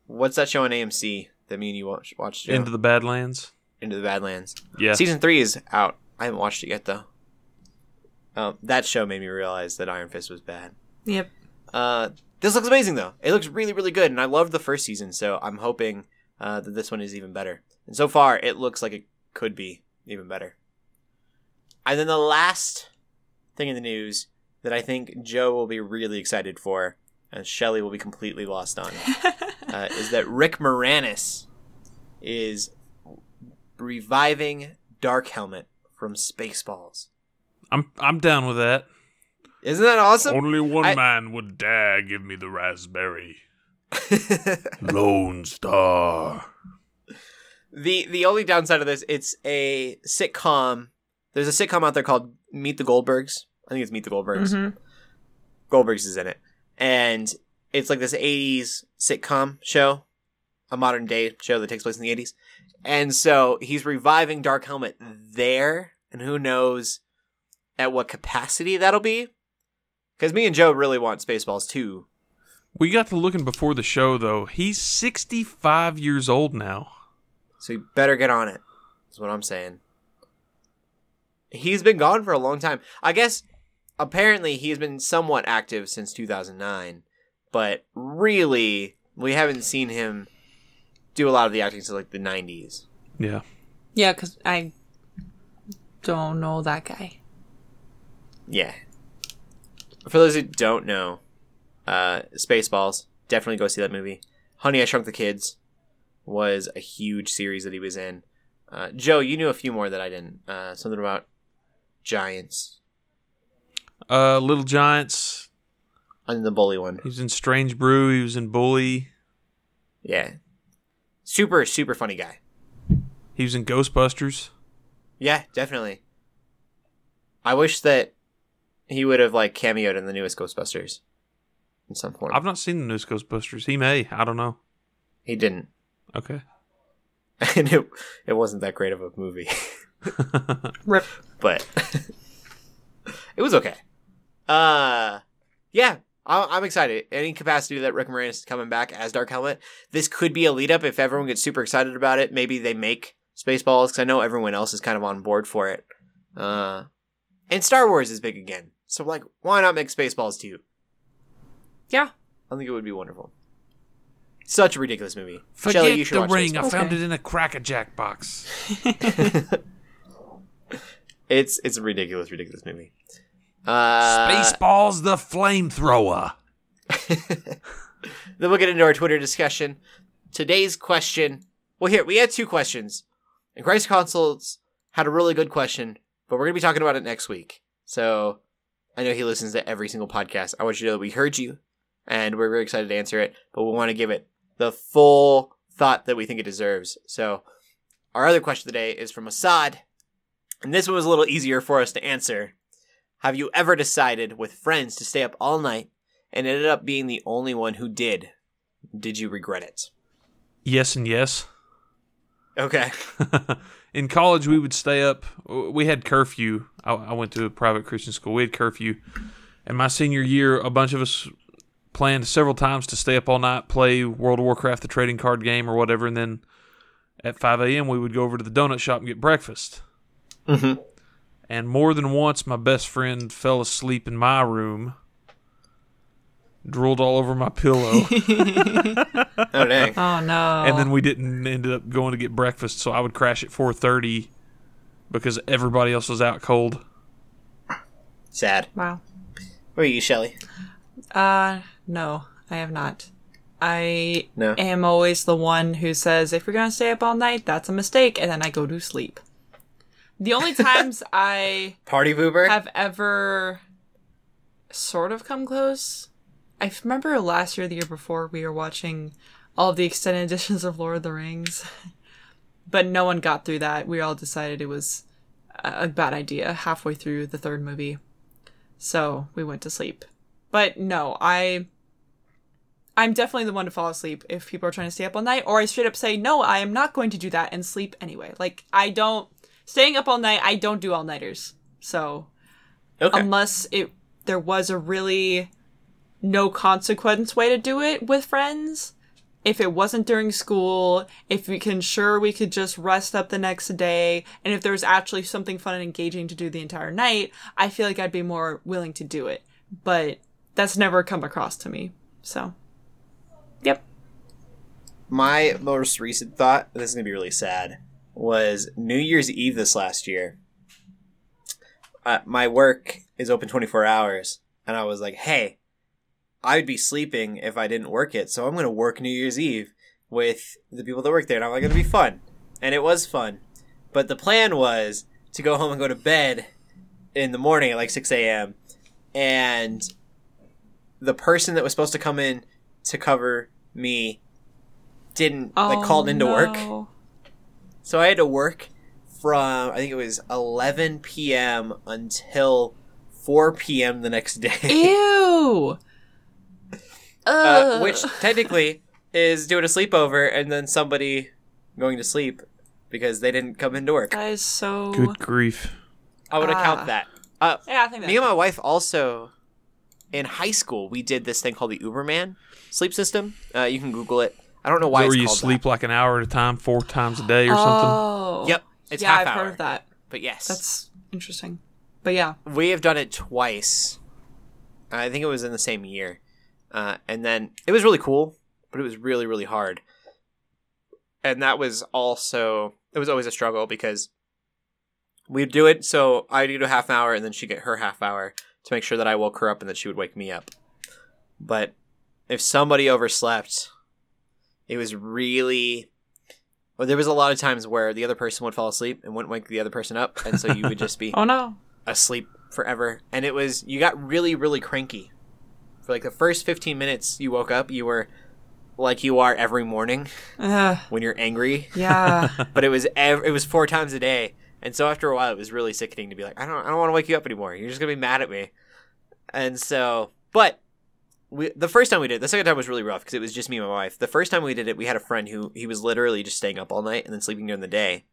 S1: What's that show on AMC that me and you watch, watched? Joe?
S2: Into the Badlands.
S1: Into the Badlands.
S2: Yeah.
S1: Season three is out. I haven't watched it yet though. Um, that show made me realize that Iron Fist was bad.
S3: Yep.
S1: Uh, this looks amazing though. It looks really, really good, and I loved the first season, so I'm hoping uh, that this one is even better. And so far, it looks like it could be even better. And then the last thing in the news that I think Joe will be really excited for, and Shelley will be completely lost on, uh, is that Rick Moranis is reviving Dark Helmet from Spaceballs.
S2: I'm I'm down with that.
S1: Isn't that awesome?
S4: Only one
S1: I-
S4: man would dare give me the raspberry.
S1: the
S4: Lone Star.
S1: the only downside of this, it's a sitcom. There's a sitcom out there called Meet the Goldbergs. I think it's Meet the Goldbergs.
S3: Mhm.
S1: Goldbergs is in it, and it's like this '80s sitcom show. a modern day show that takes place in the 80s. And so he's reviving Dark Helmet there, and who knows at what capacity that'll be. Because me and Joe really want Spaceballs too.
S2: We got to looking before the show though. He's 65 years old now.
S1: So you better get on it. Is what I'm saying. He's been gone for a long time. I guess apparently he's been somewhat active since 2009, but really we haven't seen him do a lot of the acting since like the 90s.
S2: Yeah.
S5: Yeah, because I don't know that guy.
S1: Yeah. For those who don't know, uh, Spaceballs definitely go see that movie. Honey, I Shrunk the Kids was a huge series that he was in. Uh, Joe, you knew a few more that I didn't. Uh, something about giants
S2: Uh Little Giants,
S1: and the bully one.
S2: he was in Strange Brew, he was in Bully,
S1: Yeah, super super funny guy.
S2: he was in Ghostbusters.
S1: Yeah, definitely. I wish that he would have like cameoed in the newest Ghostbusters in some form.
S2: I've not seen the new Ghostbusters. He may, I don't know.
S1: He didn't,
S2: Okay.
S1: and it it wasn't that great of a movie.
S5: Rip.
S1: but it was okay. Uh, yeah, I- I'm excited. Any capacity that Rick Moranis is coming back as Dark Helmet, this could be a lead up if everyone gets super excited about it. Maybe they make Spaceballs because I know everyone else is kind of on board for it. Uh, and Star Wars is big again, so like, why not make Spaceballs too?
S3: Yeah.
S1: I think it would be wonderful. Such a ridiculous movie.
S2: Forget
S1: Shelley, you should
S2: the
S1: watch
S2: ring. I
S1: Spaceballs.
S2: found
S5: Okay.
S2: it in a Cracker Jack box.
S1: It's it's a ridiculous, ridiculous movie. Uh,
S2: Spaceballs the flamethrower.
S1: then we'll get into our Twitter discussion. Today's question. Well, here we had two questions, and Christ Consults had a really good question, but we're gonna be talking about it next week. So I know he listens to every single podcast. I want you to know that we heard you, and we're very excited to answer it. But we want to give it the full thought that we think it deserves. So our other question today is from Assad, and this one was a little easier for us to answer. Have you ever decided with friends to stay up all night and ended up being the only one who did. Did you regret it?
S2: Yes and yes.
S1: Okay.
S2: in college, we would stay up. We had curfew. I, I went to a private Christian school. We had curfew. And my senior year, a bunch of us planned several times to stay up all night, play World of Warcraft, the trading card game, or whatever. And then at 5 a.m., we would go over to the donut shop and get breakfast.
S1: Mhm.
S2: And more than once, my best friend fell asleep in my room, drooled all over my pillow.
S1: Oh dang.
S5: Oh no.
S2: and then we didn't end up going to get breakfast so i would crash at 4.30 because everybody else was out cold
S1: Sad.
S5: wow.
S1: Where are you, Shelly?
S3: Uh, no, I have not. I
S1: No.
S3: am always the one who says, if you're going to stay up all night, that's a mistake. And then I go to sleep. The only times I
S1: Party pooper?
S3: have ever sort of come close, I f- remember last year, the year before, we were watching all of the extended editions of Lord of the Rings, but no one got through that. We all decided it was a a bad idea halfway through the third movie. So we went to sleep. But no, I. I'm definitely the one to fall asleep if people are trying to stay up all night, or I straight up say, no, I am not going to do that and sleep anyway. Like, I don't. Staying up all night, I don't do all nighters. So,
S1: okay.
S3: unless it there was a really no consequence way to do it with friends. If it wasn't during school, if we can sure we could just rest up the next day, and if there was actually something fun and engaging to do the entire night, I feel like I'd be more willing to do it. But that's never come across to me. So, yep.
S1: my most recent thought, this is gonna be really sad, was New Year's Eve this last year. Uh, my work is open 24 hours, and I was like, hey, I'd be sleeping if I didn't work it, so I'm gonna work New Year's Eve with the people that work there, and I'm like, it'll be fun. And it was fun. But the plan was to go home and go to bed in the morning at like 6 a.m. And the person that was supposed to come in to cover me didn't
S3: oh,
S1: like called into work. So I had to work from I think it was 11 p.m. until 4 p.m. the next day,
S3: Ew.
S1: uh, which technically is doing a sleepover and then somebody going to sleep because they didn't come into work.
S3: That is so.
S2: Good grief.
S1: I would
S3: Ah.
S1: account that. Uh,
S3: Yeah, I think
S1: me and
S3: that.
S1: my wife also in high school we did this thing called the Uberman sleep system. Uh, you can Google it. I don't know why
S2: Where
S1: it's
S2: you
S1: called
S2: sleep
S1: that.
S2: like an hour at a time, four times a day or something.
S3: Oh.
S1: Yep, it's
S3: yeah,
S1: half
S3: I've
S1: hour.
S3: heard of that.
S1: But yes,
S3: That's interesting. But yeah,
S1: we have done it twice. I think it was in the same year, uh, and then it was really cool, but it was really really hard. And that was also it was always a struggle because we'd do it. So I'd do a half an hour, and then she'd get her half hour to make sure that I woke her up and that she would wake me up. But if somebody overslept, it was really. Well, there was a lot of times where the other person would fall asleep and wouldn't wake the other person up, and so you would just be
S3: oh no,
S1: asleep forever and it was you got really really cranky for like the first 15 minutes you woke up you were like you are every morning
S3: Ugh,
S1: when you're angry
S3: Uh, yeah,
S1: but it was ev- it was four times a day and so after a while it was really sickening to be like i don't i don't want to wake you up anymore you're just going to be mad at me and so but we, the first time we did it, the second time was really rough because it was just me and my wife. The first time we did it, we had a friend who he was literally just staying up all night and then sleeping during the day,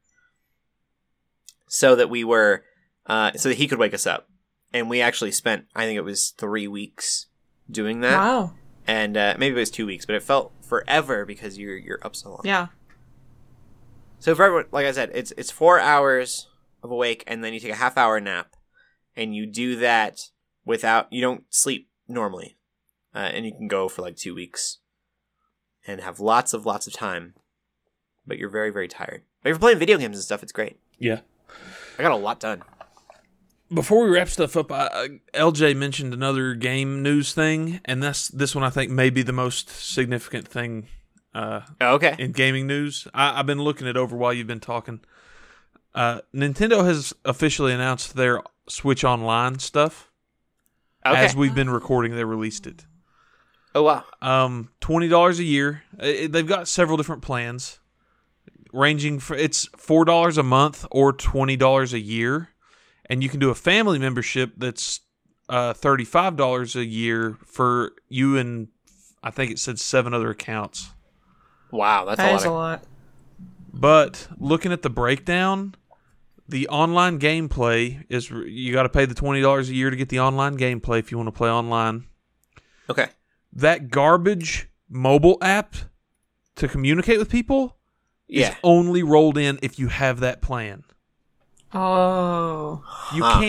S1: so that we were, uh, so that he could wake us up. And we actually spent, I think it was three weeks doing that,
S3: wow,
S1: and uh, maybe it was two weeks, but it felt forever because you're you're up so long.
S3: yeah,
S1: So for everyone, like I said, it's it's four hours of awake, and then you take a half hour nap, and you do that without you don't sleep normally, uh, and you can go for like two weeks, and have lots of lots of time, but you're very very tired. But if you're playing video games and stuff, it's great.
S2: Yeah.
S1: I got a lot done.
S2: Before we wrap stuff up, I, I, LJ mentioned another game news thing, and this this one I think may be the most significant thing uh,
S1: Oh, okay.
S2: in gaming news. I, I've been looking it over while you've been talking. Uh, Nintendo has officially announced their Switch Online stuff.
S1: Okay.
S2: As we've been recording, they released it.
S1: oh wow.
S2: Um, twenty dollars a year. Uh, they've got several different plans, ranging for it's four dollars a month or twenty dollars a year, and you can do a family membership that's uh, thirty five dollars a year for you and I think it said seven other accounts.
S1: Wow, that's
S3: that
S1: a lot.
S3: is a
S1: Of,
S3: lot.
S2: But looking at the breakdown, the online gameplay is you got to pay the twenty dollars a year to get the online gameplay if you want to play online.
S1: okay.
S2: That garbage mobile app to communicate with people
S1: Yeah.
S2: is only rolled in if you have that plan.
S3: Oh,
S2: You
S1: Huh.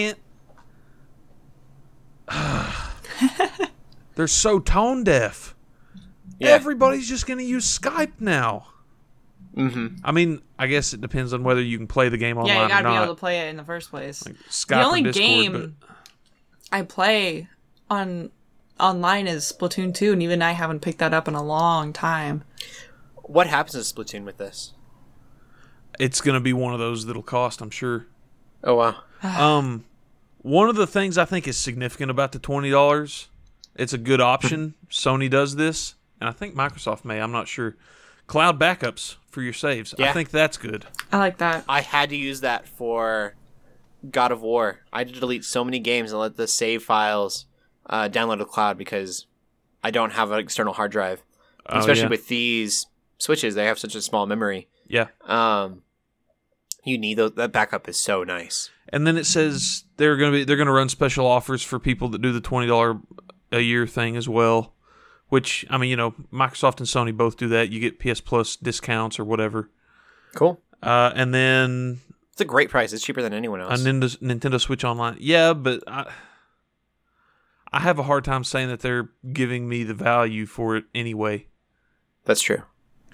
S2: can't. They're so tone deaf.
S1: Yeah.
S2: Everybody's just going to use Skype now.
S1: mm-hmm.
S2: I mean, I guess it depends on whether you can play the game online
S3: yeah, you
S2: or
S3: gotta be
S2: not.
S3: able to play it in the first place.
S2: Skype
S3: the
S2: or
S3: only
S2: Discord,
S3: game I play on online is Splatoon two, and even I haven't picked that up in a long time.
S1: What happens to Splatoon with this?
S2: but it's going to be one of those that'll cost, I'm sure.
S1: Oh wow.
S2: Um, one of the things I think is significant about the twenty dollars, it's a good option. Sony does this, and I think Microsoft may. I'm not sure. Cloud backups for your saves. I
S1: Yeah.
S2: think that's good.
S3: I like that.
S1: I had to use that for God of War. I had to delete so many games and let the save files uh, download to the cloud because I don't have an external hard drive.
S2: Oh,
S1: Especially
S2: yeah.
S1: with these switches, they have such a small memory.
S2: yeah.
S1: Um, you need those, that backup is so nice.
S2: And then it says they're gonna be they're gonna run special offers for people that do the twenty dollar a year thing as well. Which I mean, you know, Microsoft and Sony both do that. You get PS Plus discounts or whatever.
S1: Cool.
S2: Uh, and then
S1: It's a great price. It's cheaper than anyone
S2: a
S1: else.
S2: Nintendo, Nintendo Switch Online. Yeah, but I I have a hard time saying that they're giving me the value for it anyway.
S1: That's true.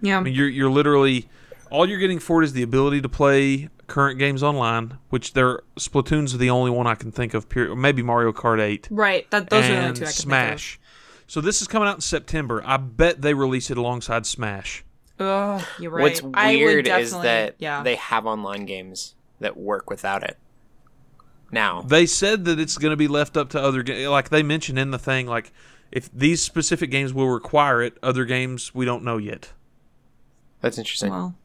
S3: Yeah,
S2: I mean, you're you're literally all you're getting for it is the ability to play current games online, which they're Splatoon's the only one I can think of. Period. Maybe Mario Kart Eight
S3: right. That those
S2: and
S3: are the only two I can
S2: Smash. So this is coming out in September. I bet they release it alongside Smash.
S3: Think of. Ugh, you're right.
S1: What's
S3: I would
S1: weird is
S3: definitely-
S1: that
S3: yeah.
S1: they have online games that work without it. Now,
S2: They said that it's going to be left up to other ga- like they mentioned in the thing like if these specific games will require it, other games we don't know yet.
S1: that's interesting.
S3: well,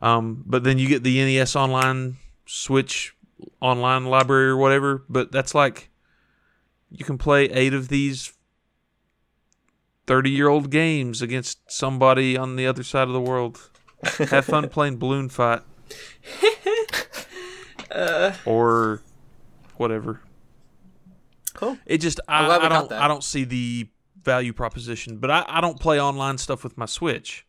S2: Um, but then you get the NES Online Switch Online library or whatever. But that's like you can play eight of these thirty year old games against somebody on the other side of the world. Have fun playing balloon fight.
S1: Uh.
S2: or whatever.
S1: Cool.
S2: It just
S1: I'm
S2: I,
S1: glad we
S2: I
S1: caught
S2: don't
S1: that.
S2: I don't see the value proposition, but I, I don't play online stuff with my Switch.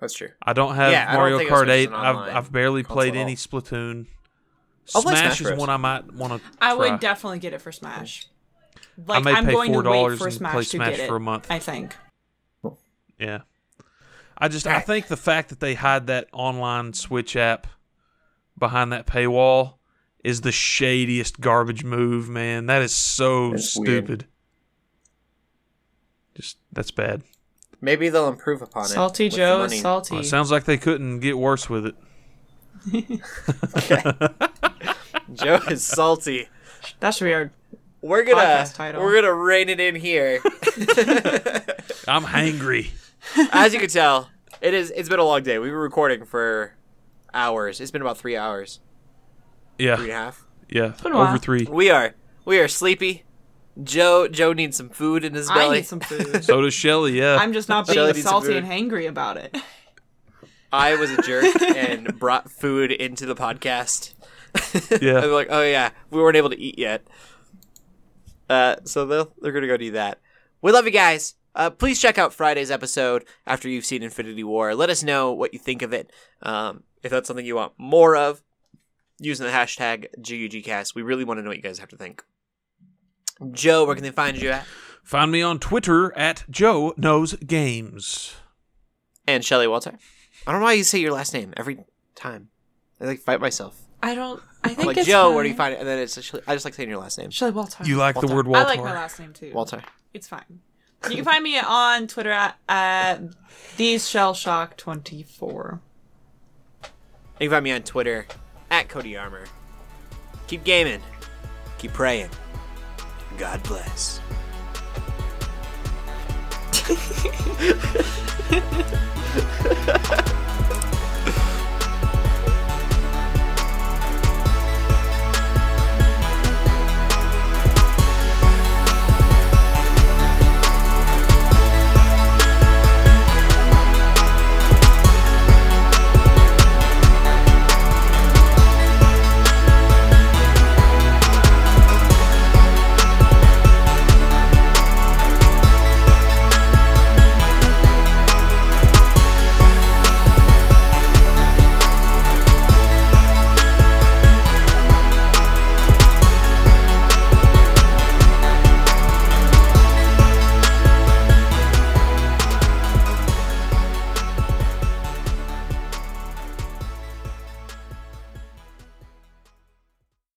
S1: That's true.
S2: I don't have
S1: Yeah, I don't
S2: Mario
S1: think a
S2: Kart
S1: Switch is
S2: 8.
S1: an
S2: I've,
S1: online
S2: I've barely
S1: console
S2: played
S1: at all.
S2: any Splatoon.
S1: I'll play
S2: Smash
S1: Smash
S2: is
S1: Bros.
S2: one I might want to.
S3: I would definitely get it for Smash. Like
S2: may
S3: am
S2: pay
S3: going to wait
S2: $4
S3: for
S2: and
S3: Smash
S2: play
S3: to
S2: Smash
S3: get it
S2: for a month.
S3: I think.
S2: Yeah. I just I think the fact that they hide that online Switch app behind that paywall is the shadiest garbage move, man. That is so
S1: That's weird.
S2: stupid. Just that's bad.
S1: Maybe they'll improve upon it.
S5: Salty
S1: with the
S5: Joe
S1: money.
S5: is salty.
S2: Well, it sounds like they couldn't get worse with it.
S1: Joe is salty.
S3: That should be our
S1: We're gonna
S3: Podcast title.
S1: we're gonna rein it in here.
S2: I'm hangry.
S1: As you can tell, it is it's been a long day. We were recording for hours. It's been about three hours, three and
S2: Yeah,
S1: a half.
S2: yeah.
S5: a while.
S2: Over three.
S1: We are we are sleepy. Joe Joe needs some food in his belly.
S3: I need some food.
S2: So does Shelly. Yeah.
S3: I'm just not
S1: Shelly
S3: being
S1: needs some
S3: salty
S1: food.
S3: and hangry about it.
S1: I was a jerk and brought food into the podcast.
S2: Yeah.
S1: I'm like, oh yeah, we weren't able to eat yet. Uh, so they'll, they're gonna go do that. We love you guys. Uh, please check out Friday's episode after you've seen Infinity War. Let us know what you think of it. Um, if that's something you want more of, using the hashtag GUGcast. We really want to know what you guys have to think. Joe, where can they find you at?
S2: Find me on Twitter at Joe Knows Games.
S1: And Shelley Walter. I don't know why you say your last name every time. I like fight myself.
S3: I don't. I
S1: I'm
S3: think
S1: like
S3: it's
S1: Joe,
S3: fine.
S1: where do you find it? And then it's actually, I just like saying your last name,
S3: Shelley Walter.
S2: You like
S1: Walter.
S2: the word
S3: I
S2: Walter?
S3: like my last name too.
S1: Walter.
S3: It's fine. You can find me on Twitter at, at these shell shock twenty four.
S1: You can find me on Twitter at Cody Armor. Keep gaming, keep praying. God bless.